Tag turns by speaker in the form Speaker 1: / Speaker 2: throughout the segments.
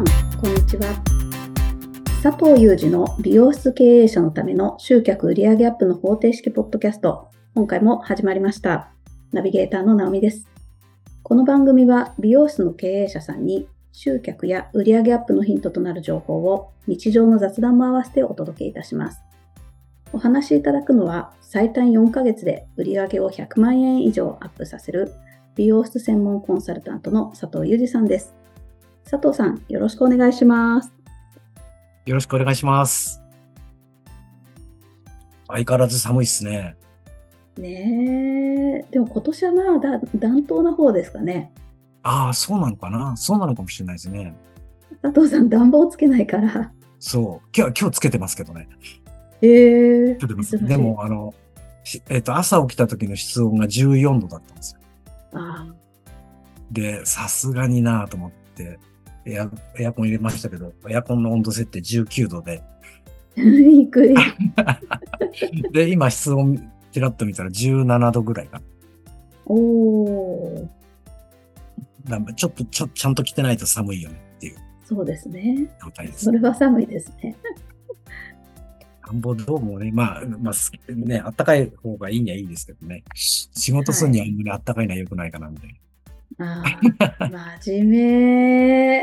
Speaker 1: にちは佐藤裕二の美容室経営者のための集客売上アップの方程式ポッドキャスト今回も始まりましたナビゲーターの直美ですこの番組は美容室の経営者さんに集客や売上アップのヒントとなる情報を日常の雑談も合わせてお届けいたしますお話しいただくのは最短4ヶ月で売上を100万円以上アップさせる美容室専門コンサルタントの佐藤裕二さんです。佐藤さん、よろしくお願いします。
Speaker 2: よろしくお願いします。相変わらず寒いっすね。
Speaker 1: ねえ、でも今年はまあだ暖冬な方ですかね。
Speaker 2: ああ、そうなのかなそうなのかもしれないですね。
Speaker 1: 佐藤さん、暖房つけないから。
Speaker 2: そう。今日、今日つけてますけどね。
Speaker 1: ええ
Speaker 2: つけてま
Speaker 1: 珍
Speaker 2: す
Speaker 1: しい
Speaker 2: でも、あの、しえっ、と、朝起きた時の室温が14度だったんですよ。
Speaker 1: あ
Speaker 2: で、さすがになぁと思って、エア、エアコン入れましたけど、エアコンの温度設定19度で、
Speaker 1: あ、いくい。
Speaker 2: で、今室温、ちらっと見たら17度ぐらいか
Speaker 1: おお、
Speaker 2: な。なんかちょっと、ちょ、ちゃんと着てないと寒いよねっていう
Speaker 1: そうですね。
Speaker 2: 状態です
Speaker 1: そ。れは寒いですね。
Speaker 2: 暖房どうもね、まあ、まあ、すね、あったかい方がいいにはいいんですけどね。仕事するにはあんまりあったかいのは良くないかな、みたいな。い、
Speaker 1: ああ、真面目。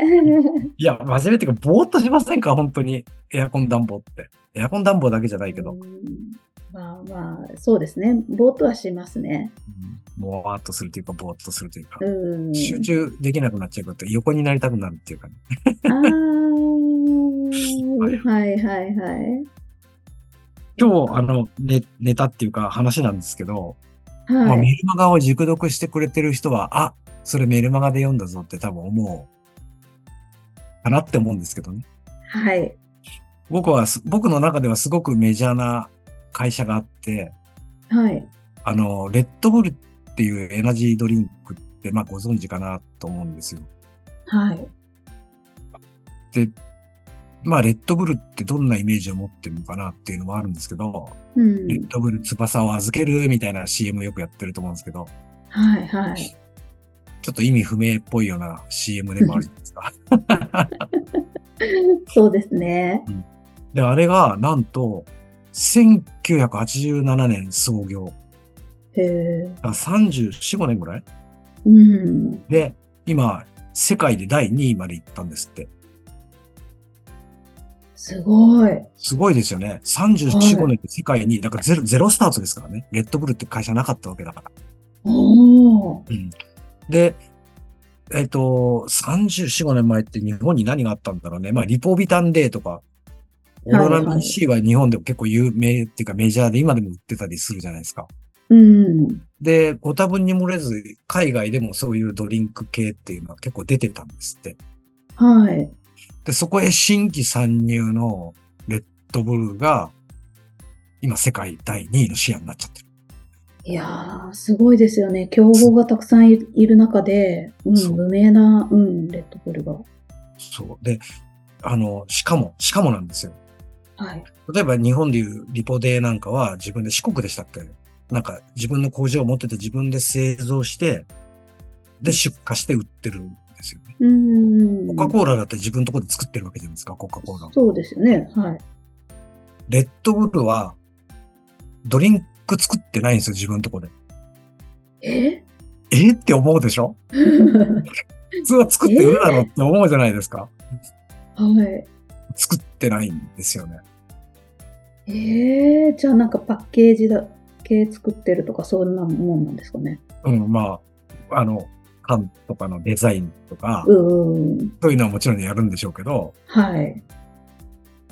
Speaker 2: や、真面目っていうか、ぼーっとしませんか本当に。エアコン暖房って。エアコン暖房だけじゃないけど、
Speaker 1: う
Speaker 2: うん
Speaker 1: んまあまあ、そうですね。ぼーっとはしますね。
Speaker 2: ぼわーっとするというか、ぼーっとするというか、
Speaker 1: うん。
Speaker 2: 集中できなくなっちゃうこと、横になりたくなるっていうかね、
Speaker 1: あーはいはいはい。
Speaker 2: 今日、あの、ね、ネタっていうか話なんですけど、まあ、
Speaker 1: は
Speaker 2: メ
Speaker 1: い。
Speaker 2: ルマガを熟読してくれてる人は、あ、それメルマガで読んだぞって多分思う、かなって思うんですけどね。
Speaker 1: はい。
Speaker 2: 僕はす、僕の中ではすごくメジャーな会社があって、
Speaker 1: はい。
Speaker 2: あの、レッドブルっていうエナジードリンクって、まあご存知かなと思うんですよ。
Speaker 1: はい。
Speaker 2: で、まあレッドブルってどんなイメージを持ってるのかなっていうのもあるんですけど、
Speaker 1: う
Speaker 2: レッ
Speaker 1: ん。
Speaker 2: ドブル翼を預けるみたいな CM よくやってると思うんですけど、
Speaker 1: はいはい。
Speaker 2: ちょっと意味不明っぽいような CM でもあるじゃないです か。
Speaker 1: そうですね。
Speaker 2: で、あれがなんと、1987年創業。
Speaker 1: へえ。
Speaker 2: だから34、5年ぐらい
Speaker 1: うん。
Speaker 2: で、今、世界で第2位まで行ったんですって。
Speaker 1: すごい。
Speaker 2: すごいですよね。
Speaker 1: はい
Speaker 2: 37、5年で世界2位。だからゼロゼロスタートですからね。レッドブルって会社なかったわけだから。
Speaker 1: おお。
Speaker 2: うん、で、えっ、と、34、5年前って日本に何があったんだろうね。まあ、リポビタンデーとか、オ
Speaker 1: はい
Speaker 2: ロナミン C は日本でも結構有名っていうかメジャーで今でも売ってたりするじゃないですか。
Speaker 1: うん。
Speaker 2: で、ご多分に漏れず、海外でもそういうドリンク系っていうのは結構出てたんですって。
Speaker 1: はい。
Speaker 2: で、そこへ新規参入のレッドブルが、今世界第2位の視野になっちゃってる。
Speaker 1: いやー、すごいですよね。競合がたくさんいいる中で、うん、
Speaker 2: そう
Speaker 1: 無名な、うん、レッドブルが。
Speaker 2: そう。で、あの、しかも、しかもなんですよ。
Speaker 1: はい。
Speaker 2: 例えば日本でいうリポデーなんかは自分で四国でしたっけなんか自分の工場を持ってて自分で製造して、で出荷して売ってるんですよね。
Speaker 1: うん。
Speaker 2: コカ・コーラだって自分のところで作ってるわけじゃないですか、コカ・コーラを。
Speaker 1: そうですよね。はい。
Speaker 2: レッドブルはドリンク作ってないんですよ、自分のところで。
Speaker 1: え
Speaker 2: えーって思うでしょ普通は作ってるだろうって思うじゃないですか。
Speaker 1: はい。
Speaker 2: 作ってないんですよね。
Speaker 1: ええじゃあなんかパッケージだけ作ってるとかそんなもんなんですかね。
Speaker 2: うん、まあ、あの、缶とかのデザインとか、
Speaker 1: うーん。
Speaker 2: そういうのはもちろんやるんでしょうけど、
Speaker 1: はい。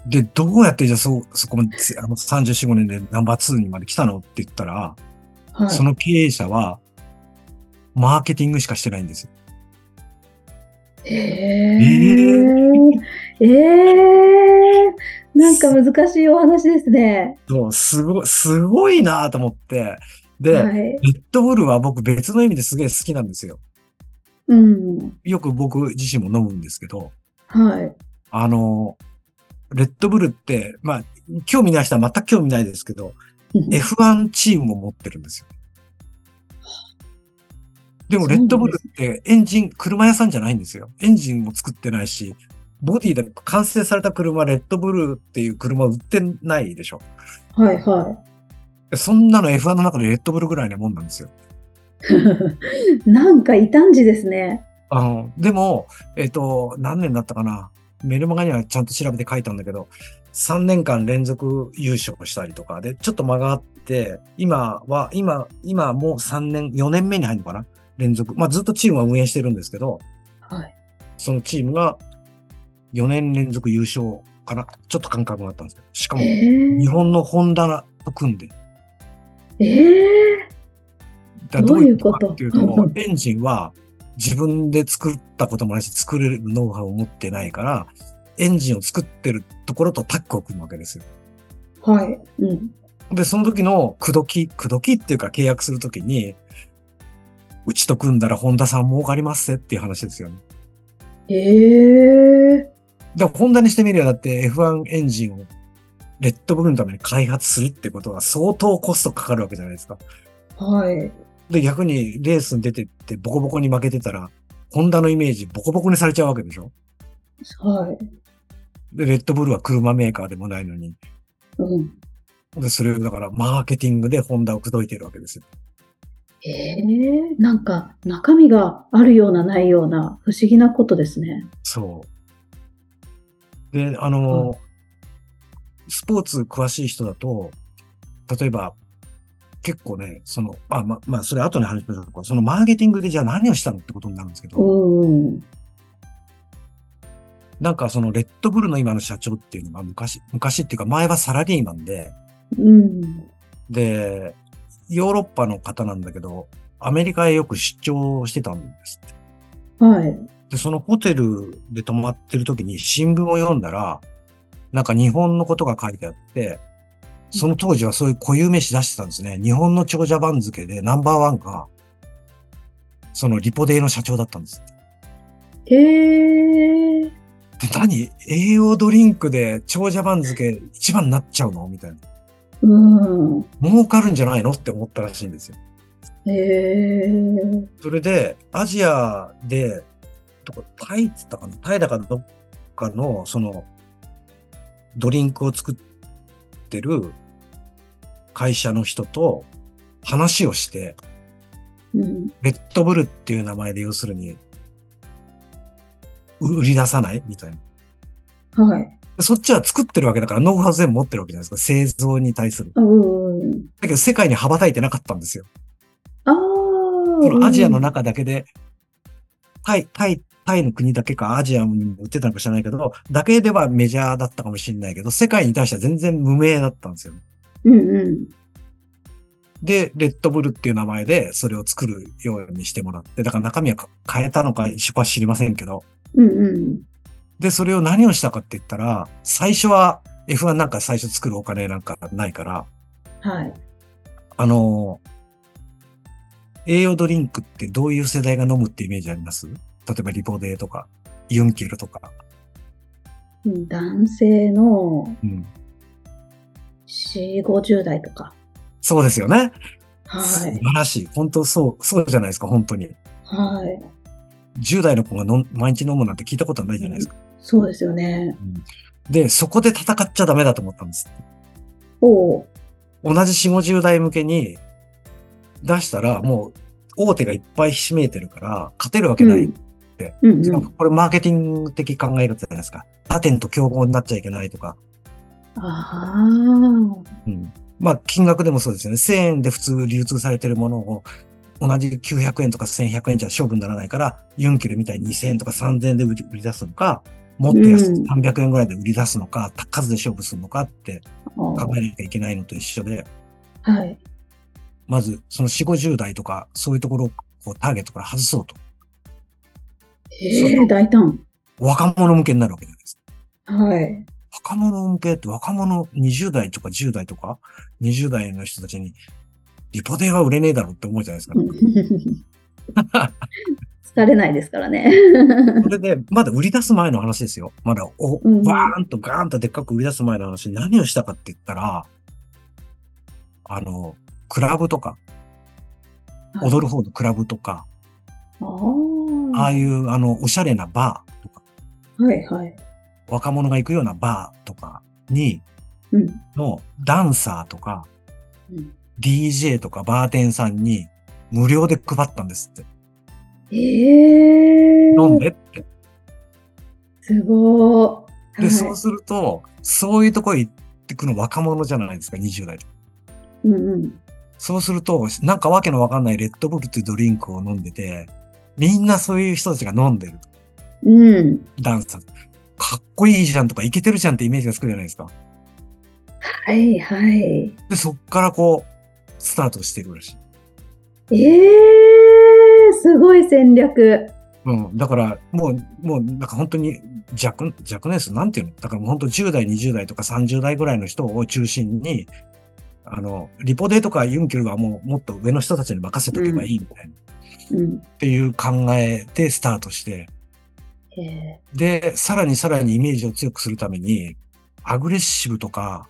Speaker 2: で、どうやってじゃあそ、そこまで、あの、34、5年でナンバー2にまで来たのって言ったら、
Speaker 1: はい。
Speaker 2: その経営者は、マーケティングしかしてないんですよ。
Speaker 1: ええええなんか難しいお話ですね。
Speaker 2: そう、すごい、すごいなと思って、で、
Speaker 1: はい。
Speaker 2: レッドブルは僕別の意味ですげえ好きなんですよ。
Speaker 1: うん。
Speaker 2: よく僕自身も飲むんですけど、
Speaker 1: はい。
Speaker 2: あの、レッドブルって、まあ、興味ない人は全く興味ないですけど、F1 チームを持ってるんですよ。でも、レッドブルってエンジン、車屋さんじゃないんですよ。エンジンも作ってないし、ボディで完成された車、レッドブルーっていう車売ってないでしょ。
Speaker 1: はいは
Speaker 2: そんなの F1 の中でレッドブルぐらいなもんなんですよ。
Speaker 1: い。なんか異端児ですね。
Speaker 2: あの、でも、えっ、と、何年だったかな。メルマガにはちゃんと調べて書いたんだけど、3年間連続優勝したりとか、で、ちょっと間があって、今は、今、今もう3年、4年目に入るのかな連続。まあずっとチームは運営してるんですけど、
Speaker 1: はい。
Speaker 2: そのチームが4年連続優勝かな。ちょっと感覚があったんですけど、しかも
Speaker 1: え
Speaker 2: 日
Speaker 1: ー、
Speaker 2: 本のホンダと組んで、
Speaker 1: えー、
Speaker 2: だからどういうこと
Speaker 1: どう
Speaker 2: かっ
Speaker 1: い
Speaker 2: ていうう
Speaker 1: こと
Speaker 2: と、エンジンは自分で作ったこともないし、作れるノウハウを持ってないから、エンジンを作ってるところとタッグを組むわけですよ。
Speaker 1: はい。うん。
Speaker 2: で、その時の口説き、口説きっていうか契約するときに、うちと組んだらホンダさん儲かりますぜっていう話ですよね。
Speaker 1: えー、
Speaker 2: だからホンダにしてみればだって F1 エンジンをレッドブルのために開発するってことは相当コストかかるわけじゃないですか。
Speaker 1: はい。
Speaker 2: で、逆にレースに出てってボコボコに負けてたら、ホンダのイメージボコボコにされちゃうわけでしょ
Speaker 1: はい。
Speaker 2: で、レッドブルは車メーカーでもないのに、
Speaker 1: うん。
Speaker 2: で、それをだからマーケティングでホンダを口説いてるわけですよ。
Speaker 1: えー、なんか中身があるようなないような不思議なことですね。
Speaker 2: そう。で、あの、スポーツ詳しい人だと、例えば、結構ね、その、あ、ま、まあ、それ後に話しましょうか。そのマーケティングでじゃあ何をしたのってことになるんですけ
Speaker 1: う
Speaker 2: ど、
Speaker 1: ん。
Speaker 2: なんかそのレッドブルの今の社長っていうのが昔、昔っていうか前はサラリーマンで、
Speaker 1: うん。
Speaker 2: で、ヨーロッパの方なんだけど、アメリカへよく出張してたんですって。
Speaker 1: はい。
Speaker 2: で、そのホテルで泊まってる時に新聞を読んだら、なんか日本のことが書いてあって、その当時はそういう固有名詞出してたんですね。日本の長者番付でナンバーワンが、そのリポデーの社長だったんです。
Speaker 1: えー、
Speaker 2: で、何栄養ドリンクで長者番付一番になっちゃうのみたいな。
Speaker 1: うん。
Speaker 2: 儲かるんじゃないのって思ったらしいんですよ。
Speaker 1: えー、
Speaker 2: それで、アジアで、とかタイって言ったかなタイだかどっかの、その、ドリンクを作ってる会社の人と話をして、
Speaker 1: うん。
Speaker 2: レッドブルっていう名前で要するに、う売り出さないみたいな。
Speaker 1: はい。
Speaker 2: でそっちは作ってるわけだから、ノウハウ全部持ってるわけじゃないですか。製造に対する。
Speaker 1: うん。
Speaker 2: だけど世界に羽ばたいてなかったんですよ。
Speaker 1: あ
Speaker 2: この
Speaker 1: あ。
Speaker 2: アジアの
Speaker 1: な。
Speaker 2: 中だけで、タイ、タイ、タイの国だけかアジアにも売ってたのか知らないけど、だけではメジャーだったかもしれないけど、世界に対しては全然無名だったんですよ。
Speaker 1: うんうん。
Speaker 2: で、レッドブルっていう名前でそれを作るようにしてもらって、だから中身は変えたのか一緒か知りませんけど、
Speaker 1: うんうん。
Speaker 2: で、それを何をしたかって言ったら、最初は F1 なんか最初作るお金なんかないから、
Speaker 1: はい。
Speaker 2: あの栄養ドリンクってどういう世代が飲むってイメージあります例えばリポデーとか、イオンキルとか。
Speaker 1: 男性の
Speaker 2: うん。
Speaker 1: 4、50代とか。
Speaker 2: そうですよね。
Speaker 1: は
Speaker 2: 素
Speaker 1: い
Speaker 2: 晴。らしい。本当そう、そうじゃないですか、本当に。
Speaker 1: はい。
Speaker 2: 10代の子がのん毎日飲むなんて聞いたことないじゃないですか。
Speaker 1: そうですよね。
Speaker 2: で、そこで戦っちゃダメだと思ったんです。
Speaker 1: おう。
Speaker 2: 同じ4、50代向けに出したら、もう大手がいっぱいひしめいてるから、勝てるわけ
Speaker 1: う
Speaker 2: ない。
Speaker 1: ん。うん
Speaker 2: しか
Speaker 1: う
Speaker 2: も
Speaker 1: ん。
Speaker 2: これマーケティング的考え方じゃないですか。他店と競合になっちゃいけないとか。
Speaker 1: ああ。
Speaker 2: うんまあ、金額でもそうですよね。1000円で普通流通されてるものを、同じ900円とか1100円じゃ勝負にならないから、ユンキルみたいに2000円とか3000円で売り売り出すのか、もっと安く
Speaker 1: うん
Speaker 2: 300円ぐらいで売り出すのか、た数で勝負するのかって
Speaker 1: あ
Speaker 2: 考えなきゃいけないのと一緒で、
Speaker 1: あはい。
Speaker 2: まずその4、50代とか、そういうところをこうターゲットから外そうと。
Speaker 1: ええー、大胆。
Speaker 2: 若者向けになるわけじゃないですか。
Speaker 1: はい。
Speaker 2: 若者向けって若者20代とか10代とか、20代の人たちに、リポデーは売れねえだろうって思うじゃないですか。
Speaker 1: 疲れないですからね。
Speaker 2: それで、まだ売り出す前の話ですよ。まだ、お、
Speaker 1: うん
Speaker 2: わーんとガーンとでっかく売り出す前の話、何をしたかって言ったら、あの、クラブとか、踊る方のクラブとか、
Speaker 1: ああ。
Speaker 2: ああいう、あの、おしゃれなバーとか、
Speaker 1: はいはい。
Speaker 2: 若者が行くようなバーとかに、
Speaker 1: うん。
Speaker 2: のダンサーとか、
Speaker 1: うん、
Speaker 2: DJ とかバーテンさんに無料で配ったんですって。
Speaker 1: ええ
Speaker 2: 飲んでって。
Speaker 1: すごー。
Speaker 2: で、そう
Speaker 1: は
Speaker 2: すると、そういうとこ行ってくの若者じゃないですか、20代とか。
Speaker 1: い。うんうん。
Speaker 2: そうすると、なんかわけのわかんないレッドブルっていうドリンクを飲んでて、みんなそういう人たちが飲んでる。
Speaker 1: うん。
Speaker 2: ダンサー。かっこいいじゃんとか、イケてるじゃんってイメージがつくじゃないですか。
Speaker 1: はいはい。
Speaker 2: で、そっからこう、スタートしていくらしい。
Speaker 1: ええすごい戦略。
Speaker 2: うん。だから、もう、もう、なんか本当に若、若年数、なんていうのだからもう本当10代、20代とか30代ぐらいの人を中心に、あの、リポデとかユンケルはもうもっと上の人たちに任せとけばいいみたいな、
Speaker 1: うん。
Speaker 2: っていう考えでスタートして、
Speaker 1: ええ
Speaker 2: で、さらにさらにイメージを強くするために、アグレッシブとか、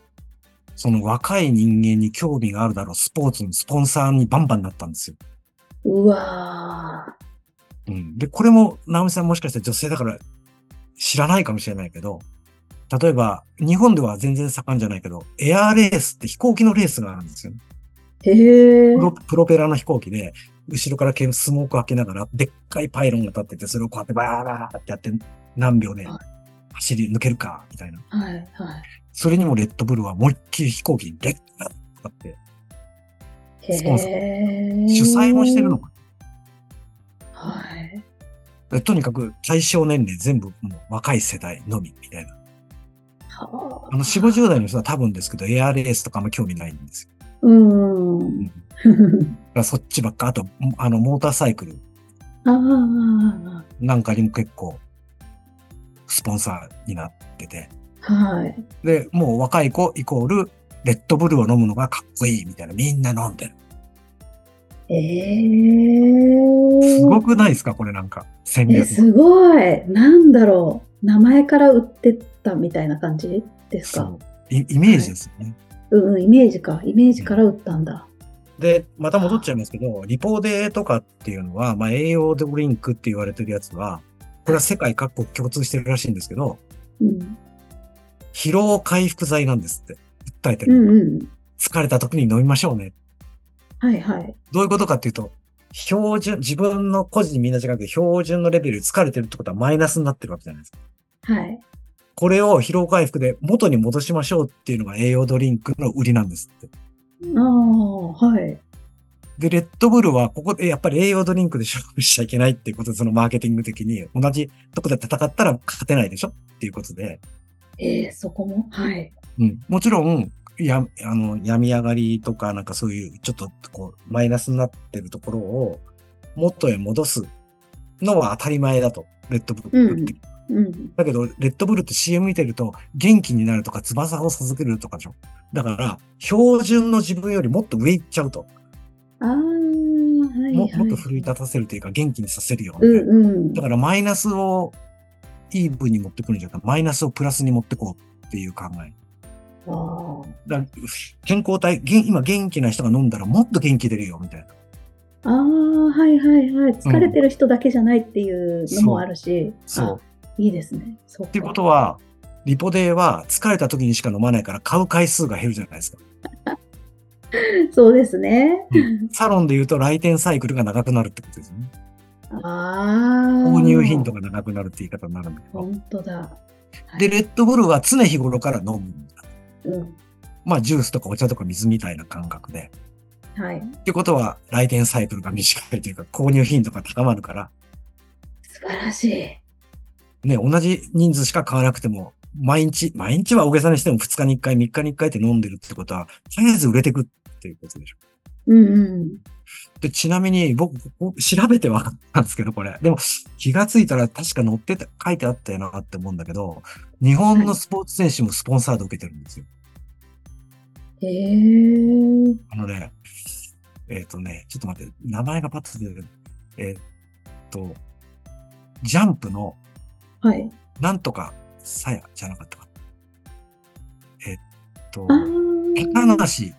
Speaker 2: その若い人間に興味があるだろう、スポーツのスポンサーにバンバンなったんですよ。
Speaker 1: うわ
Speaker 2: うん。で、これも、直美さんもしかして女性だから知らないかもしれないけど、例えば、日本では全然盛んじゃないけど、エアーレースって飛行機のレースがあるんですよね。
Speaker 1: ー。へえ
Speaker 2: プロプロペラの飛行機で、後ろから煙スモークを開けながら、でっかいパイロンが立ってて、それをこうやってバーバーってやって、何秒で
Speaker 1: はい
Speaker 2: 走り抜けるか、みたいな。
Speaker 1: はいはい。
Speaker 2: それにもレッドブルは思いっきり飛行機にレッドとかって、
Speaker 1: へ
Speaker 2: スポンサ
Speaker 1: え
Speaker 2: 主催もしてるの。か
Speaker 1: はい。
Speaker 2: な。とにかく対象年齢全部もう若い世代のみ、みたいな。
Speaker 1: は
Speaker 2: あの、4、50代の人は多分ですけど、エアレースとかも興味ないんですよ。
Speaker 1: うん。
Speaker 2: だからそっちばっか、あと、あの、モーターサイクル
Speaker 1: あ あ。
Speaker 2: なんかにも結構、スポンサーになってて。
Speaker 1: はい。
Speaker 2: で、もう若い子イコール、レッドブルを飲むのがかっこいいみたいな、みんな飲んでる。
Speaker 1: ええ
Speaker 2: すごくないですかこれなんか、戦
Speaker 1: え、
Speaker 2: 略。
Speaker 1: すごい。なんだろう。名前から売ってったみたいな感じです
Speaker 2: そ
Speaker 1: か
Speaker 2: う。イイメージですよね。
Speaker 1: うんうん、イメージか。イメージから売ったんだ。
Speaker 2: で、また戻っちゃいますけど、リポーデーとかっていうのは、まあ、栄養ドリンクって言われてるやつは、これは世界各国共通してるらしいんですけど、
Speaker 1: うん。
Speaker 2: 疲労回復剤なんですって訴えて
Speaker 1: う
Speaker 2: る。
Speaker 1: んうん。
Speaker 2: 疲れた時に飲みましょうね。
Speaker 1: はいはい。
Speaker 2: どういうことかっていうと、標準、自分の個人みんなじゃなくて、標準のレベルで疲れてるってことはマイナスになってるわけじゃないですか。
Speaker 1: はい。
Speaker 2: これを疲労回復で元に戻しましょうっていうのが栄養ドリンクの売りなんですって。
Speaker 1: ああ、はい。
Speaker 2: で、レッドブルはここでやっぱり栄養ドリンクで勝負しちゃいけないっていうことで、そのマーケティング的に同じとこで戦ったら勝てないでしょっていうことで、
Speaker 1: えー、そこもはい。
Speaker 2: うん、もちろん、や、あの、病み上がりとか、なんかそういう、ちょっとこう、マイナスになってるところを、元へ戻すのは当たり前だと、レッドブルって。
Speaker 1: うんうん。
Speaker 2: だけど、レッドブルって CM 見てると、元気になるとか、翼を授けるとかでしょ。だから、標準の自分よりもっと上行っちゃうと。
Speaker 1: ああ、はい、は
Speaker 2: も
Speaker 1: い。
Speaker 2: もっと奮い立たせるというか、元気にさせるよ
Speaker 1: う
Speaker 2: みたい
Speaker 1: んう
Speaker 2: な。
Speaker 1: ん。
Speaker 2: だから、マイナスをイーブに持ってくるんじゃなくて、マイナスをプラスに持ってこうっていう考え。
Speaker 1: あ
Speaker 2: だから健康体、元今元気な人が飲んだらもっと元気出るよ、みたいな。
Speaker 1: あ、ああはいはいはい。疲れてる人だけじゃないっていうのもあるし。
Speaker 2: そう。
Speaker 1: あ。いいですね。そうか。
Speaker 2: っていうことは、リポデーは疲れた時にしか飲まないから買う回数が減るじゃないですか。
Speaker 1: そうですね。
Speaker 2: サロンで言うと来店サイクルが長くなるってことですよね。
Speaker 1: ああ。
Speaker 2: 購入頻度が長くなるって言い方になるんだけど。
Speaker 1: 本当だ。はい
Speaker 2: で、レッドブルは常日頃から飲む。
Speaker 1: うん。
Speaker 2: まあ、ジュースとかお茶とか水みたいな感覚で。
Speaker 1: はい。
Speaker 2: ってことは、来店サイクルが短いというか、購入頻度が高まるから、
Speaker 1: 素晴らしい。
Speaker 2: ね、同じ人数しか買わなくても、毎日、毎日は大げさにしても2日に1回、3日に1回って飲んでるってことは、とりあえず売れてくっていうことでしょ。
Speaker 1: うんうん。
Speaker 2: で、ちなみに僕、ここ調べて分かったんですけど、これ。でも、気がついたら確か載ってた、書いてあったよなって思うんだけど、日本のスポーツ選手もスポンサード受けてるんですよ。
Speaker 1: へえ。
Speaker 2: あのね、えっ、とね、ちょっと待って、名前がパッと出てる。えっ、と、ジャンプの、
Speaker 1: はい。
Speaker 2: なんとか、さやじゃなかったかな。えっ、と
Speaker 1: あ、
Speaker 2: 高
Speaker 1: あ。
Speaker 2: 梨、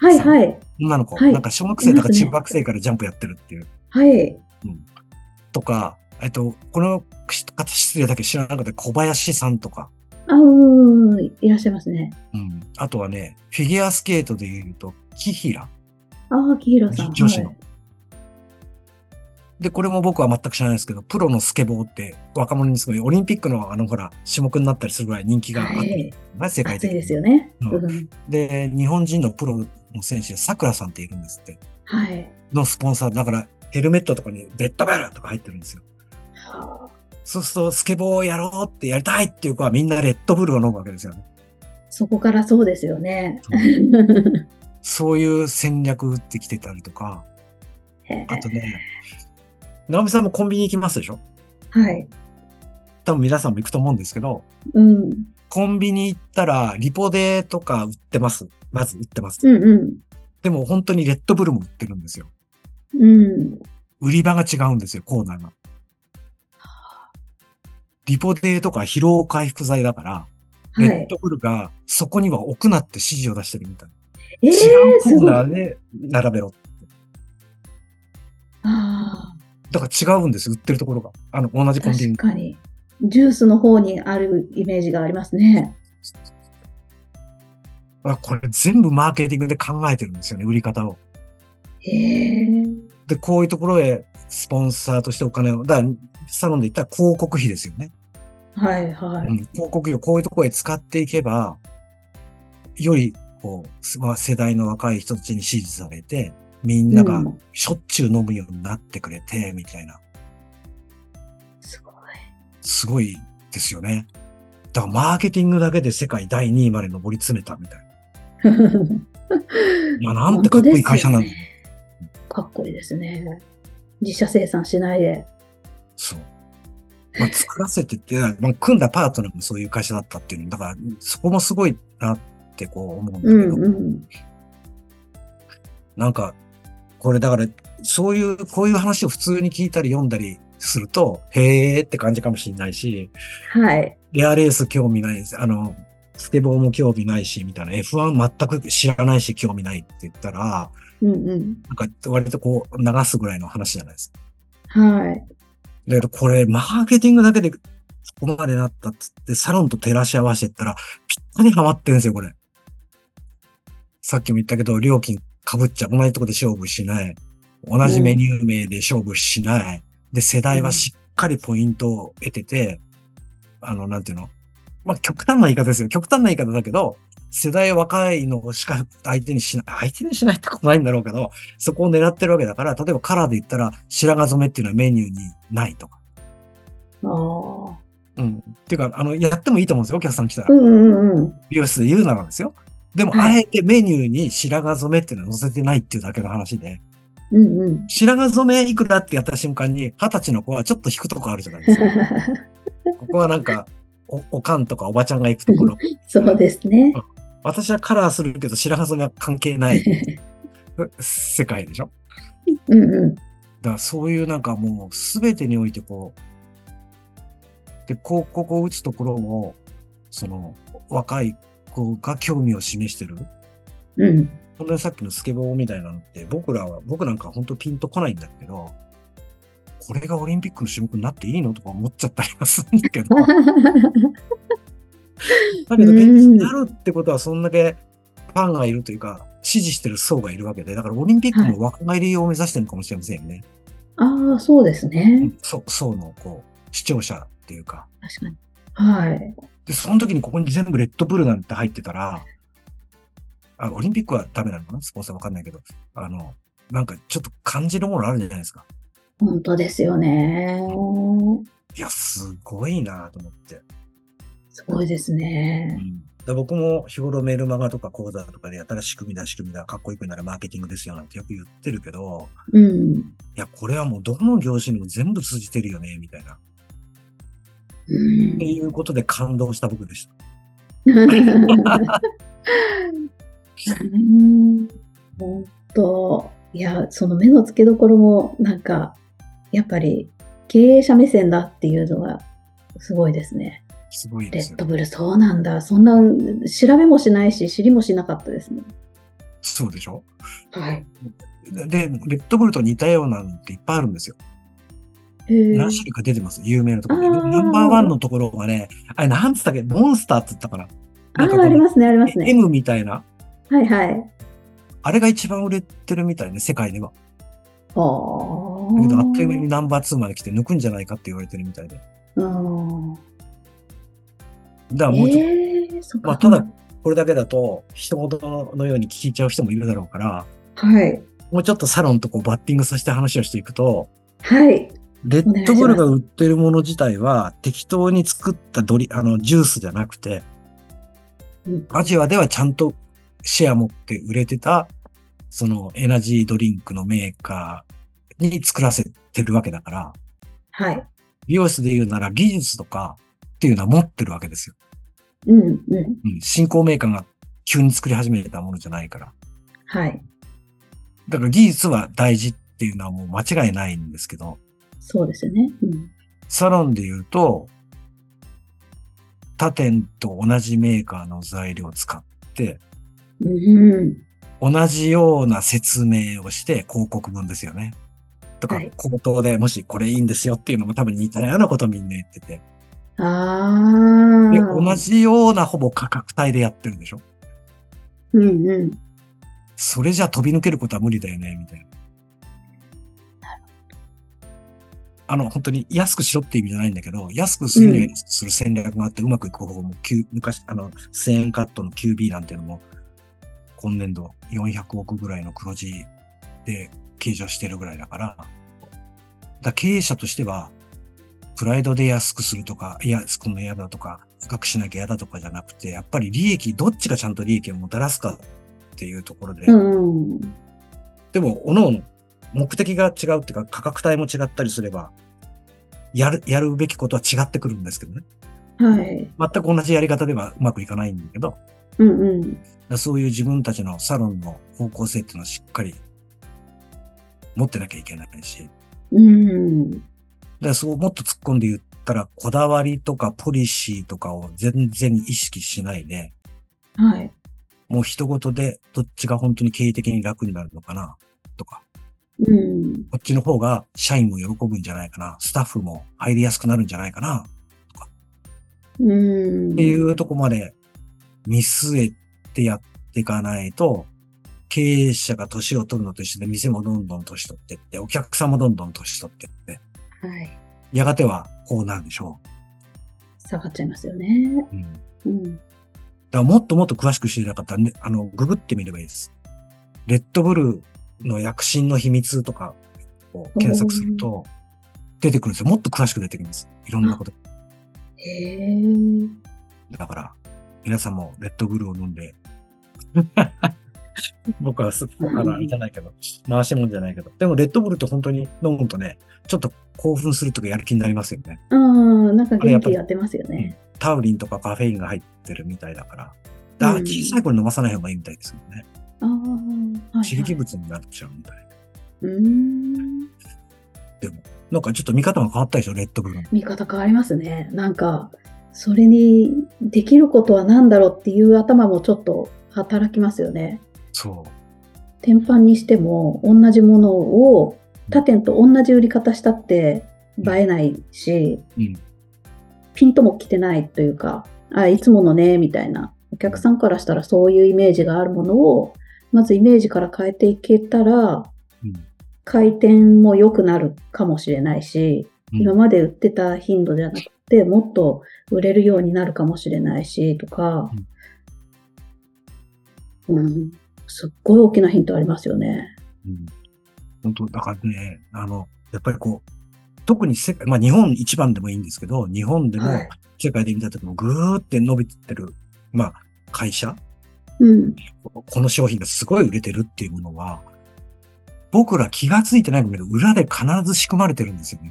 Speaker 1: はいはい。
Speaker 2: 女の子、
Speaker 1: はい
Speaker 2: なんか小学生とか
Speaker 1: いますね
Speaker 2: 中学生からジャンプやってるっていう。
Speaker 1: はい。
Speaker 2: とか、えっ、と、この方失礼だけど知らなかった小林さんとか、
Speaker 1: あうんうん、いらっしゃいますね。
Speaker 2: うん。あとはね、フィギュアスケートで言うと、キヒラ。
Speaker 1: ああ、木平さん。
Speaker 2: 女子の
Speaker 1: はい。
Speaker 2: で、これも僕は全く知らないですけど、プロのスケボーって若者にすごい、オリンピックのあの、ほら、種目になったりするぐらい人気があっ
Speaker 1: は
Speaker 2: て、
Speaker 1: い、
Speaker 2: ね、世界
Speaker 1: 暑
Speaker 2: 的
Speaker 1: い
Speaker 2: に
Speaker 1: ですよね。
Speaker 2: う
Speaker 1: うんん。
Speaker 2: で、日本人のプロの選手で、さくらさんっているんですって、
Speaker 1: はい。
Speaker 2: のスポンサー、だから、ヘルメットとかに、ベッドベルとか入ってるんですよ。
Speaker 1: はあ
Speaker 2: そうすると、スケボーをやろうってやりたいっていう子はみんなレッドブルを飲むわけですよね。
Speaker 1: そこからそうですよね。
Speaker 2: そういう戦略打ってきてたりとか、
Speaker 1: へえ
Speaker 2: あとね、直美さんもコンビニ行きますでしょ
Speaker 1: はい。
Speaker 2: 多分皆さんも行くと思うんですけど、
Speaker 1: うん。
Speaker 2: コンビニ行ったら、リポデーとか売ってます。まず売ってます。
Speaker 1: うんう
Speaker 2: でも本当にレッドブルも売ってるんですよ。
Speaker 1: ん。うん。
Speaker 2: 売り場が違うんですよ、コーナーが。リポデーとか疲労回復剤だから、
Speaker 1: は
Speaker 2: レッ
Speaker 1: い。
Speaker 2: ドブルがそこには置くなって指示を出してるみたい。
Speaker 1: ええ
Speaker 2: 違う
Speaker 1: す
Speaker 2: コー
Speaker 1: ごい。
Speaker 2: ナ
Speaker 1: あ
Speaker 2: ーで並べろ。
Speaker 1: あ
Speaker 2: だから違うんです、売ってるところが。あの、同じ
Speaker 1: ー、
Speaker 2: コンビ
Speaker 1: 確
Speaker 2: ニ。
Speaker 1: かに。ジュースの方にあるイメージがありますね。
Speaker 2: あこれ全部マーケティングで考えてるんですよね、売り方を。
Speaker 1: へえ。
Speaker 2: で、こういうところへスポンサーとしてお金を、だからサロンで言ったら広告費ですよね。
Speaker 1: はいは
Speaker 2: うん、
Speaker 1: い。
Speaker 2: 広告費をこういうところへ使っていけば、より、こうす、まあ世代の若い人たちに支持されて、みんなが
Speaker 1: うん
Speaker 2: しょっちゅう飲むようになってくれて、みたいな、
Speaker 1: すごい。
Speaker 2: すごいですよね。だからマーケティングだけで世界第2位まで上り詰めたみたいな。まあ、なんてかっこいい会社なんだ、
Speaker 1: 本当ですよねかっこいいですね。自社生産しないで。
Speaker 2: そう。まあ、作らせてって、まあ、組んだパートナーもそういう会社だったっていうの、だから、そこもすごいなってこう思うんだけ
Speaker 1: う
Speaker 2: ど、
Speaker 1: んうん。
Speaker 2: なんか、これだから、そういう、こういう話を普通に聞いたり読んだりすると、へーって感じかもしれないし、
Speaker 1: はい。
Speaker 2: レアレース興味ないです。あの、スケボーも興味ないし、みたいな、F1 全く知らないし興味ないって言ったら、
Speaker 1: うんうん。
Speaker 2: なんか割とこう流すぐらいの話じゃないですか。
Speaker 1: はい。
Speaker 2: だけどこれ、マーケティングだけでここまでなったっつって、サロンと照らし合わせてったら、ぴったりハマってるんですよ、これ。さっきも言ったけど、料金被っちゃ同じとこで勝負しない。同じメニュー名で勝負しない。で、世代はしっかりポイントを得てて、あの、なんていうのまあ、極端な言い方ですよ。極端な言い方だけど、世代若いのしか相手にしない、相手にしないってことないんだろうけど、そこを狙ってるわけだから、例えばカラーで言ったら白髪染めっていうのはメニューにないとか。
Speaker 1: ああ。
Speaker 2: うん。っていうか、あの、やってもいいと思うんですよ。お客さん来た
Speaker 1: う
Speaker 2: ら。
Speaker 1: んうんうん。
Speaker 2: 美容室で言うならですよ。でも、
Speaker 1: は
Speaker 2: あえてメニューに白髪染めっていうのは載せてないっていうだけの話で、
Speaker 1: うんうん。
Speaker 2: 白髪染めいくらってやった瞬間に、二十歳の子はちょっと引くとこあるじゃないですか。ここはなんか、お、おかんとかおばちゃんが行くところ。
Speaker 1: そうですね。
Speaker 2: 私はカラーするけど白髪染めは関係ない世界でしょ
Speaker 1: うんう
Speaker 2: だからそういうなんかもう全てにおいてこう、で、広告を打つところも、その若い子が興味を示してる。
Speaker 1: ん。 うん。
Speaker 2: ほんとにさっきのスケボーみたいなのって僕らは、僕なんか本当ピンとこないんだけど、これがオリンピックの種目になっていいのとか思っちゃったりはするんだけど、だけど現実になるってことはそんだけファンがいるというか、支持してる層がいるわけで、だからオリンピックも若返りを目指してるのかもしれませんよね。
Speaker 1: ああ、そうですね。
Speaker 2: そ層のこう、視聴者っていうか。
Speaker 1: 確かに。はい。
Speaker 2: で、その時にここに全部レッドブルなんて入ってたら、あ、オリンピックはダメなのかなスポンサーわかんないけど、あの、なんかちょっと感じるものあるじゃないですか。
Speaker 1: 本当ですよね。
Speaker 2: いや、すごいなと思って。
Speaker 1: すごいですね。
Speaker 2: で僕も日頃メールマガとか講座とかでやったら仕組みだ仕組みだ、かっこよくならマーケティングですよなんてよく言ってるけど、
Speaker 1: うん。
Speaker 2: いや、これはもうどの業種にも全部通じてるよね、みたいな。っ
Speaker 1: うん
Speaker 2: ていうことで感動した僕でした。
Speaker 1: うん本当いやその目の付けどころもなんかやっぱり経営者目線だっていうのがすごいですね。
Speaker 2: すごいで
Speaker 1: レ
Speaker 2: す
Speaker 1: ッ
Speaker 2: よ
Speaker 1: ド。ブルそうなんだそんな調べもしないし知りもしなかったですね。
Speaker 2: そうでしょ
Speaker 1: はい。
Speaker 2: で、レッドブルと似たようなのっていっぱいあるんですよ。何種類か出てます。有名なところで。
Speaker 1: あー
Speaker 2: ナンバーワンのところがね、あれ、なんつったっけモンスターって言ったかな
Speaker 1: あ
Speaker 2: なんか
Speaker 1: あ、
Speaker 2: こ
Speaker 1: あり
Speaker 2: の
Speaker 1: ますね、ありますね。
Speaker 2: M みたいな。
Speaker 1: はいはい。
Speaker 2: あれが一番売れてるみたいね、世界では。
Speaker 1: あ
Speaker 2: だけど、あっという間に
Speaker 1: ー
Speaker 2: ナンバーツーまで来て抜くんじゃないかって言われてるみたいで。
Speaker 1: うん。
Speaker 2: だからもうちょっと、
Speaker 1: ええ、そっ
Speaker 2: まあ
Speaker 1: か。
Speaker 2: ただこれだけだと、人事のように聞いちゃう人もいるだろうから、
Speaker 1: はい。
Speaker 2: もうちょっとサロンとこうバッティングさせて話をしていくと、
Speaker 1: はい。
Speaker 2: レッドブルが売ってるもの自体は適当に作ったドリ、あの、ジュースじゃなくて、
Speaker 1: うん
Speaker 2: アジアではちゃんとシェア持って売れてた、そのエナジードリンクのメーカーに作らせてるわけだから、
Speaker 1: はい。
Speaker 2: 美容室で言うなら技術とかっていうのは持ってるわけですよ。
Speaker 1: うん、うん。
Speaker 2: うん。新興メーカーが急に作り始めたものじゃないから。
Speaker 1: はい。
Speaker 2: だから技術は大事っていうのはもう間違いないんですけど、
Speaker 1: そうですよね。うん。
Speaker 2: サロンで言うと、他店と同じメーカーの材料を使って、
Speaker 1: うん。
Speaker 2: 同じような説明をして広告文ですよね。とか
Speaker 1: はい、
Speaker 2: 口頭でもしこれいいんですよっていうのも多分似たようなことみんな言ってて。
Speaker 1: ああ。
Speaker 2: で、同。じようなほぼ価格帯でやってるでしょ。
Speaker 1: うん、うん。
Speaker 2: それじゃ飛び抜けることは無理だよね、みたいな。あの、本当に安くしろって意味じゃないんだけど、安くするには安くする戦略があって、うまくいく方法も、Q 昔、あの、1000円カットの QB なんていうのも、今年度400億ぐらいの黒字で計上してるぐらいだから、だから経営者としては、プライドで安くするとか、いや、この嫌だとか、高くしなきゃ嫌だとかじゃなくて、やっぱり利益、どっちがちゃんと利益をもたらすかっていうところで、
Speaker 1: うん。
Speaker 2: でも、各々目的が違うっていうか、価格帯も違ったりすれば、やる、やるべきことは違ってくるんですけどね。
Speaker 1: はい。
Speaker 2: 全く同じやり方ではうまくいかないんだけど、だか
Speaker 1: うん、うん。
Speaker 2: らそういう自分たちのサロンの方向性っていうのをしっかり持ってなきゃいけないし、だか
Speaker 1: うん。
Speaker 2: らそうもっと突っ込んで言ったら、こだわりとかポリシーとかを全然意識しないで、
Speaker 1: はい。
Speaker 2: もう人事でどっちが本当に経営的に楽になるのかな、とか、
Speaker 1: うん。
Speaker 2: こっちの方が社員も喜ぶんじゃないかな、スタッフも入りやすくなるんじゃないかな、
Speaker 1: うん。
Speaker 2: っていうとこまで見据えてやっていかないと、経営者が年を取るのと一緒で、店もどんどん年取ってって、お客さんもどんどん年取ってって、
Speaker 1: はい。
Speaker 2: やがてはこうなるでしょ
Speaker 1: 下がっちゃいますよね。
Speaker 2: う。うん。
Speaker 1: う
Speaker 2: だか
Speaker 1: ん。
Speaker 2: らもっともっと詳しく知りたかったら、ね、あの、ググってみればいいです。レッドブルの躍進の秘密とかを検索すると、出てくるんですよ。もっと詳しく出てきます。いろんなこと。
Speaker 1: へえ。
Speaker 2: だから、皆さんもレッドブルを飲んで、 僕はすっごくあのあれじゃないけど、回しもんじゃないけど、でもレッドブルって本当に飲むとね、ちょっと興奮するとかやる気になりますよね。
Speaker 1: ああ、なんか
Speaker 2: あれ
Speaker 1: 元
Speaker 2: やっぱ
Speaker 1: 気
Speaker 2: り
Speaker 1: やってますよね。
Speaker 2: タウリンとかカフェインが入ってるみたいだから、だ
Speaker 1: うん
Speaker 2: 小さい頃に飲まさない方がいいみたいですよね。
Speaker 1: ああ、はい、はい。
Speaker 2: 刺激物になっちゃうみたい。
Speaker 1: うーん。
Speaker 2: なんかちょっと見方が変わったでしょ、レッドブルの。
Speaker 1: 見方変わりますね。なんか、それにできることは何だろうっていう頭もちょっと働きますよね。
Speaker 2: そう。
Speaker 1: 天板にしても、同じものを他店と同じ売り方したって映えないし、
Speaker 2: うん
Speaker 1: ピンとも来てないというか、あ、いつものね、みたいな。お客さんからしたらそういうイメージがあるものを、まずイメージから変えていけたら、
Speaker 2: うん
Speaker 1: 回転も良くなるかもしれないし、
Speaker 2: うん
Speaker 1: 今まで売ってた頻度じゃなくて、もっと売れるようになるかもしれないし、とか、うん、すっごい大きなヒントありますよね。
Speaker 2: うん本当、だからね、あの、やっぱりこう、特に世界、まあ日本一番でもいいんですけど、日本でも
Speaker 1: はい
Speaker 2: 世界で見た時もぐーって伸びてってる、まあ会社、
Speaker 1: うん。
Speaker 2: この商品がすごい売れてるっていうものは、僕ら気がついてないけど、裏で必ず仕組まれてるんですよね。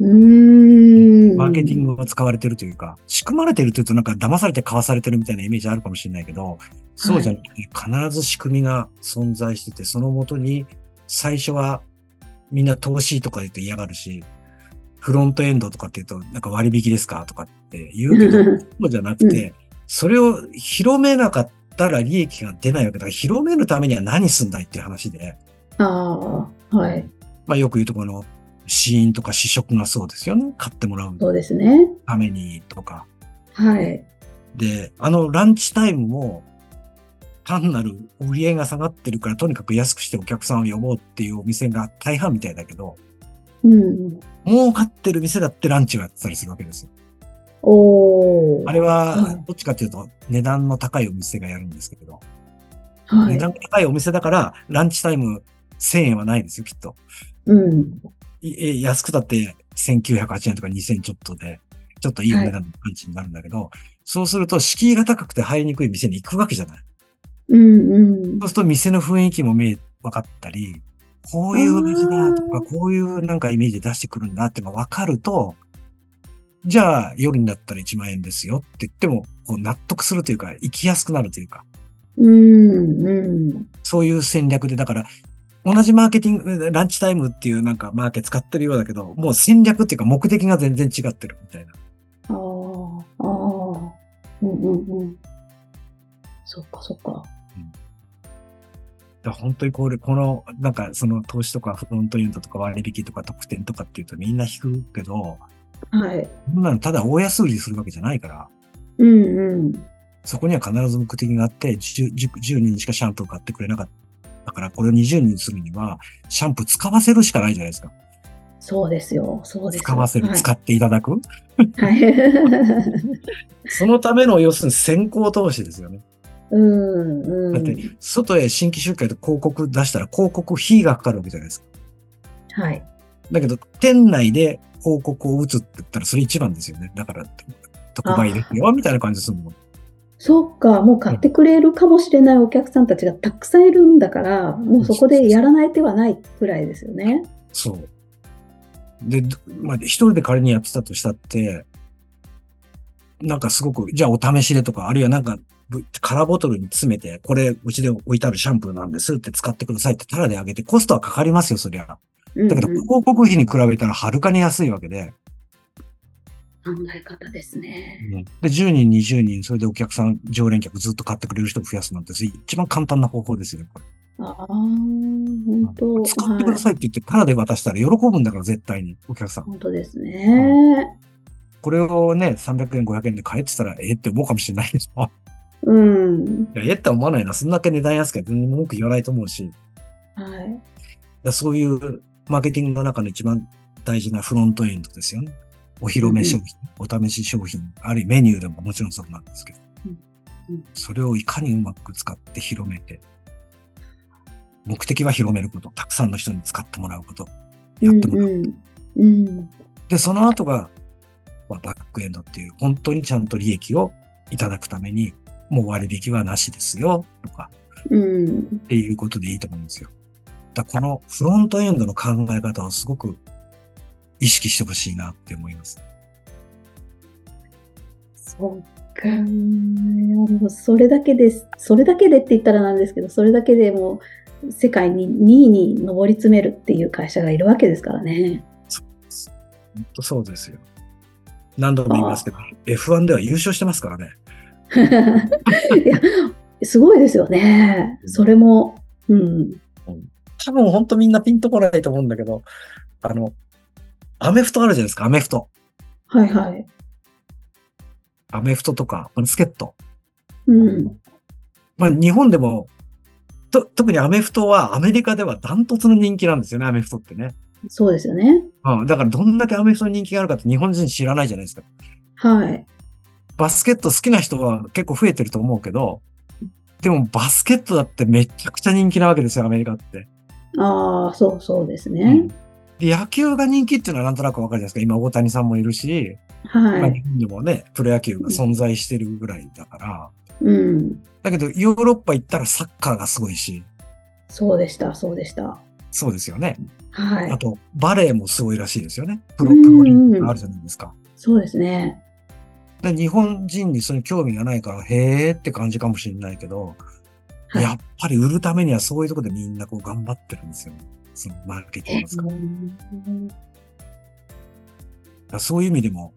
Speaker 1: うーん。
Speaker 2: マーケティングが使われてるというか、仕組まれてるというとなんか騙されて買わされてるみたいなイメージあるかもしれないけど、そうじゃなくて、必ず仕組みが存在してて、そのもとに最初はみんな投資とか言って嫌がるし、フロントエンドとかって言うと、なんか割引ですかとかって言うけど、そうじゃなくて、それを広めなかったら利益が出ないわけだから、広めるためには何すんだいっていう話で、
Speaker 1: ああ、はい。
Speaker 2: まあよく言うとこの試飲とか試食がそうですよね。買ってもらう
Speaker 1: そうですね。
Speaker 2: ためにとか。
Speaker 1: はい。
Speaker 2: で、あのランチタイムも、単なる売り上げが下がってるから、とにかく安くしてお客さんを呼ぼうっていうお店が大半みたいだけど、
Speaker 1: うん。
Speaker 2: 儲かってる店だってランチをやってたりするわけですよ。
Speaker 1: おー。
Speaker 2: あれ
Speaker 1: は、
Speaker 2: はいどっちかっていうと、値段の高いお店がやるんですけれど、
Speaker 1: は
Speaker 2: 値
Speaker 1: い。
Speaker 2: 段が高いお店だから、ランチタイム1000円はないですよ、きっと。
Speaker 1: うん。
Speaker 2: いえ安くたって1908円とか2000ちょっとで、ちょっといいお値段のランチになるんだけど、そうすると敷居が高くて入りにくい店に行くわけじゃない。
Speaker 1: うんうん
Speaker 2: そうすると店の雰囲気も見え、分かったり、こういう味だと
Speaker 1: あ
Speaker 2: か、
Speaker 1: ー
Speaker 2: こういうなんかイメージで出してくるんだってのが分かると、じゃあ夜になったら1万円ですよって言っても、こう納得するというか、行きやすくなるというか、
Speaker 1: うんうん。
Speaker 2: そういう戦略で、だから、同じマーケティング、ランチタイムっていうなんかマーケ使ってるようだけど、もう戦略っていうか目的が全然違ってるみたいな。
Speaker 1: ああ、ああ。うんうんうん。そっかそっか。
Speaker 2: だから本当にこれ、この、なんかその投資とかフロントユニットとか割引とか特典とかっていうとみんな引くけど、
Speaker 1: はい。
Speaker 2: そんなのただ大安売りするわけじゃないから、
Speaker 1: うんうん。
Speaker 2: そこには必ず目的があって、10, 10 10人しかシャンプー買ってくれなかった。だからこれを20人にするには、シャンプー使わせるしかないじゃないですか。
Speaker 1: そうですよ。そうですよ。
Speaker 2: 使わせる、
Speaker 1: はい
Speaker 2: 使っていただく。
Speaker 1: はい。
Speaker 2: そのための、要するに先行投資ですよね。
Speaker 1: うんうん。
Speaker 2: だって外へ新規集会で広告出したら広告費がかかるわけじゃないですか。
Speaker 1: はい。
Speaker 2: だけど、店内で広告を打つって言ったらそれ一番ですよね。だから、特売ですよ、みたいな感じするもん。
Speaker 1: そっか、もう買ってくれるかもしれないお客さんたちがたくさんいるんだから、もうそこでやらない手はないくらいですよね。
Speaker 2: そう。で、どまあ、一人で仮にやってたとしたって、なんかすごく、じゃあお試しでとか、あるいはなんか、ぶ空ボトルに詰めて、これ、うちで置いてあるシャンプーなんですって使ってくださいってタラであげて、コストはかかりますよ、そりゃ。
Speaker 1: うん
Speaker 2: だけど、
Speaker 1: うん
Speaker 2: 広告費に比べたらはるかに安いわけで、
Speaker 1: 考え方ですね。
Speaker 2: で、10人、20人、それでお客さん、常連客ずっと買ってくれる人を増やすなんて、一番簡単な方法ですよね、これ。
Speaker 1: ああ、本当、
Speaker 2: 使ってくだ
Speaker 1: はい。
Speaker 2: さいって言って、タラで渡したら喜ぶんだから、絶対に、お客さん。
Speaker 1: 本当ですね。
Speaker 2: これをね、300円、500円で買えって言ったら、えーって思うかもしれないでしょ。
Speaker 1: うん。
Speaker 2: いや、えーって思わないな。そんだけ値段安くて全然文句言わないと思うし、だか
Speaker 1: はい。
Speaker 2: らそういうマーケティングの中の一番大事なフロントエンドですよね。お披露目商品、お試し商品、あるいはメニューでももちろんそうなんですけど
Speaker 1: うんうん、
Speaker 2: それをいかにうまく使って広めて、目的は広めること、たくさんの人に使ってもらうこと、やってもらう。
Speaker 1: うんうん。うん。
Speaker 2: で、その後が、まあ、バックエンドっていう、本当にちゃんと利益をいただくために、もう割引はなしですよ、とか、
Speaker 1: うん。
Speaker 2: っていうことでいいと思うんですよ。だからこのフロントエンドの考え方をすごく意識してほしいなって思います。
Speaker 1: そっか。いやもうそれだけです。それだけでって言ったらなんですけど、それだけでもう世界に2位に上り詰めるっていう会社がいるわけですからね。
Speaker 2: 本当そうですよ。何度も言いますけど、F1 では優勝してますからね。
Speaker 1: いや、すごいですよね。それも、うん。
Speaker 2: 多分本当みんなピンとこないと思うんだけど、あの、アメフトあるじゃないですか、アメフト。
Speaker 1: はいはい。
Speaker 2: アメフトとか、バスケット。
Speaker 1: うん。
Speaker 2: まあ、日本でも、と、特にアメフトはアメリカではダントツの人気なんですよね、アメフトってね。
Speaker 1: そうですよね。
Speaker 2: うん。だからどんだけアメフトに人気があるかって日本人知らないじゃないですか。
Speaker 1: はい。
Speaker 2: バスケット好きな人は結構増えてると思うけど、でもバスケットだってめちゃくちゃ人気なわけですよ、アメリカって。
Speaker 1: ああ、そうそうです
Speaker 2: うん
Speaker 1: ね。
Speaker 2: で野球が人気っていうのはなんとなくわかるじゃないですか。今、大谷さんもいるし、ま
Speaker 1: は
Speaker 2: あ
Speaker 1: い
Speaker 2: 日。本でもね、プロ野球が存在してるぐらいだから。
Speaker 1: うん。
Speaker 2: だけど、ヨーロッパ行ったらサッカーがすごいし、
Speaker 1: そうでした、そうでした。
Speaker 2: そうですよね。
Speaker 1: は
Speaker 2: あ
Speaker 1: い。
Speaker 2: と、バレエもすごいらしいですよね。プロ、
Speaker 1: う
Speaker 2: プ
Speaker 1: ん
Speaker 2: ロリーグがあるじゃないですか。
Speaker 1: そうですね。
Speaker 2: で日本人にその興味がないから、へーって感じかもしれないけど、
Speaker 1: はい
Speaker 2: やっぱり売るためにはそういうところでみんなこう頑張ってるんですよ。そのマーケティングですか。だからそういう意味でも、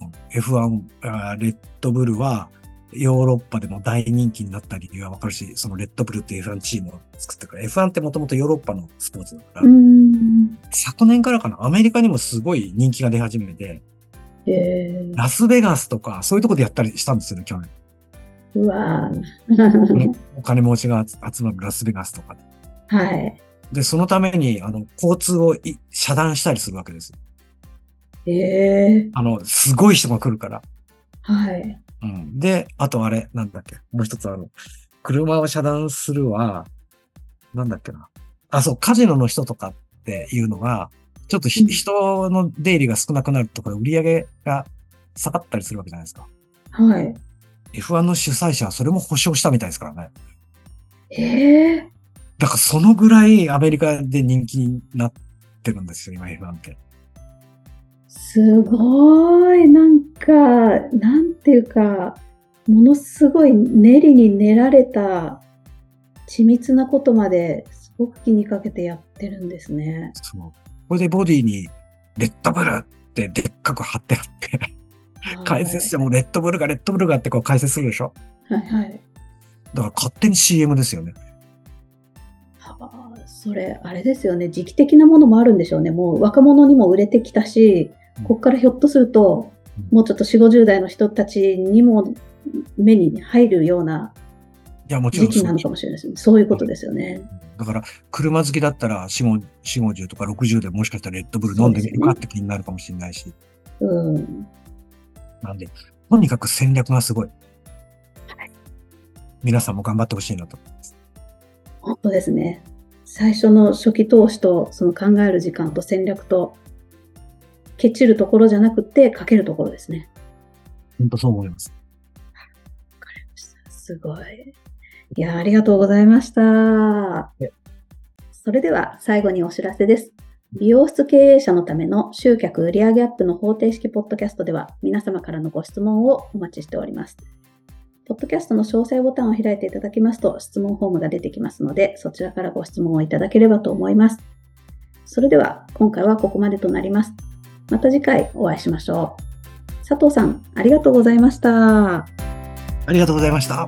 Speaker 2: うん F1、あーレッドブルはヨーロッパでも大人気になった理由はわかるし、そのレッドブルっていう F1 チームを作ってから、F1 ってもともとヨーロッパのスポーツだから、
Speaker 1: うん。
Speaker 2: 昨年からかな、アメリカにもすごい人気が出始めて、
Speaker 1: へえ。
Speaker 2: ラスベガスとか、そういうとこでやったりしたんですよね、去年。
Speaker 1: うわー
Speaker 2: お金持ちが集集まるラスベガスとかで。
Speaker 1: はい。
Speaker 2: で、そのために、あの、交通をい遮断したりするわけですよ。
Speaker 1: ええ。
Speaker 2: あの、すごい人が来るから。
Speaker 1: はい。
Speaker 2: うん。で、あとあれ、なんだっけ。もう一つあの、車を遮断するは、なんだっけな。あ、そう、カジノの人とかっていうのが、ちょっとひ
Speaker 1: うん
Speaker 2: 人の出入りが少なくなるとか、売り上げが下がったりするわけじゃないですか。
Speaker 1: はい。
Speaker 2: F1 の主催者はそれも保証したみたいですからね。
Speaker 1: ええ。
Speaker 2: だからそのぐらいアメリカで人気になってるんですよ、今 F1 って。
Speaker 1: すごい、なんか、なんていうか、ものすごい練りに練られた緻密なことまですごく気にかけてやってるんですね。
Speaker 2: そう。これでボディに、レッドブルってでっかく貼ってあって、解説者もレッドブルがレッドブルがってこう解説するでしょ
Speaker 1: はいはい。
Speaker 2: だから勝手に CM ですよね。
Speaker 1: あーそれ、あれですよね、時期的なものもあるんでしょうね。もう若者にも売れてきたし
Speaker 2: うん、
Speaker 1: ここからひょっとすると、もうちょっと4、50代の人たちにも目に入るようない
Speaker 2: や、もちろ
Speaker 1: 時
Speaker 2: ん
Speaker 1: 期
Speaker 2: そう
Speaker 1: なの
Speaker 2: で
Speaker 1: か
Speaker 2: す。
Speaker 1: もしれないですね。そういうことですよね。
Speaker 2: だから、車好きだったら、4、4 50とか60でもしかしたらレッドブル飲んでみるかって気になるかもしれないし。
Speaker 1: うん。
Speaker 2: なんで、とにかく戦略がすごい。皆さんも頑張ってほしいなと。
Speaker 1: 本当ですね。最初の初期投資とその考える時間と戦略と、ケチるところじゃなくて、かけるところですね。
Speaker 2: 本当そう思います。
Speaker 1: すごい。いや、ありがとうございました
Speaker 2: え。
Speaker 1: それでは最後にお知らせです。美容室経営者のための集客売上アップの方程式ポッドキャストでは皆様からのご質問をお待ちしております。ポッドキャストの詳細ボタンを開いていただきますと質問フォームが出てきますのでそちらからご質問をいただければと思います。それでは今回はここまでとなります。また次回お会いしましょう。佐藤さん、ありがとうございました。
Speaker 2: ありがとうございました。